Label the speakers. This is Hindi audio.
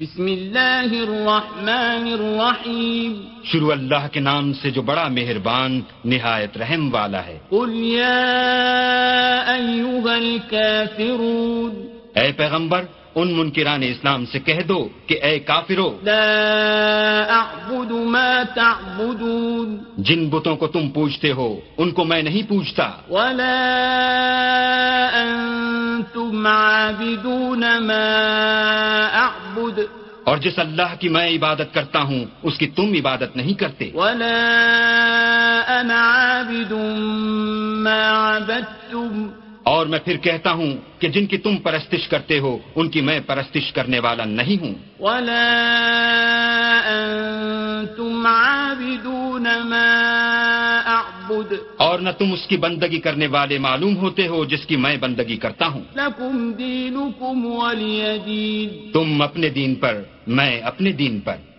Speaker 1: بسم الله الرحمن الرحيم
Speaker 2: शुरू अल्लाह के नाम से जो बड़ा मेहरबान निहायत रहम वाला है
Speaker 1: قل يا أيها الكافرون
Speaker 2: ऐ पैगंबर उन मुनकिरान इस्लाम से कह दो कि ऐ काफिरो
Speaker 1: لا أعبد ما تعبدون
Speaker 2: जिन बुतों को तुम पूजते हो उनको मैं नहीं पूजता
Speaker 1: ولا أنتم عابدون ما أعبد
Speaker 2: और जिस अल्लाह की मैं इबादत करता हूँ उसकी तुम इबादत नहीं करते
Speaker 1: ولا أنا عابد ما عبدتم
Speaker 2: और मैं फिर कहता हूँ कि जिनकी तुम परस्तिश करते हो उनकी मैं परस्तिश करने वाला नहीं हूँ
Speaker 1: ولا أنتم عابدون ما أعبد
Speaker 2: और न तुम उसकी बंदगी करने वाले मालूम होते हो जिसकी मैं बंदगी करता हूँ
Speaker 1: لكم دينكم ولي دين
Speaker 2: तुम अपने दीन पर मैं अपने दीन पर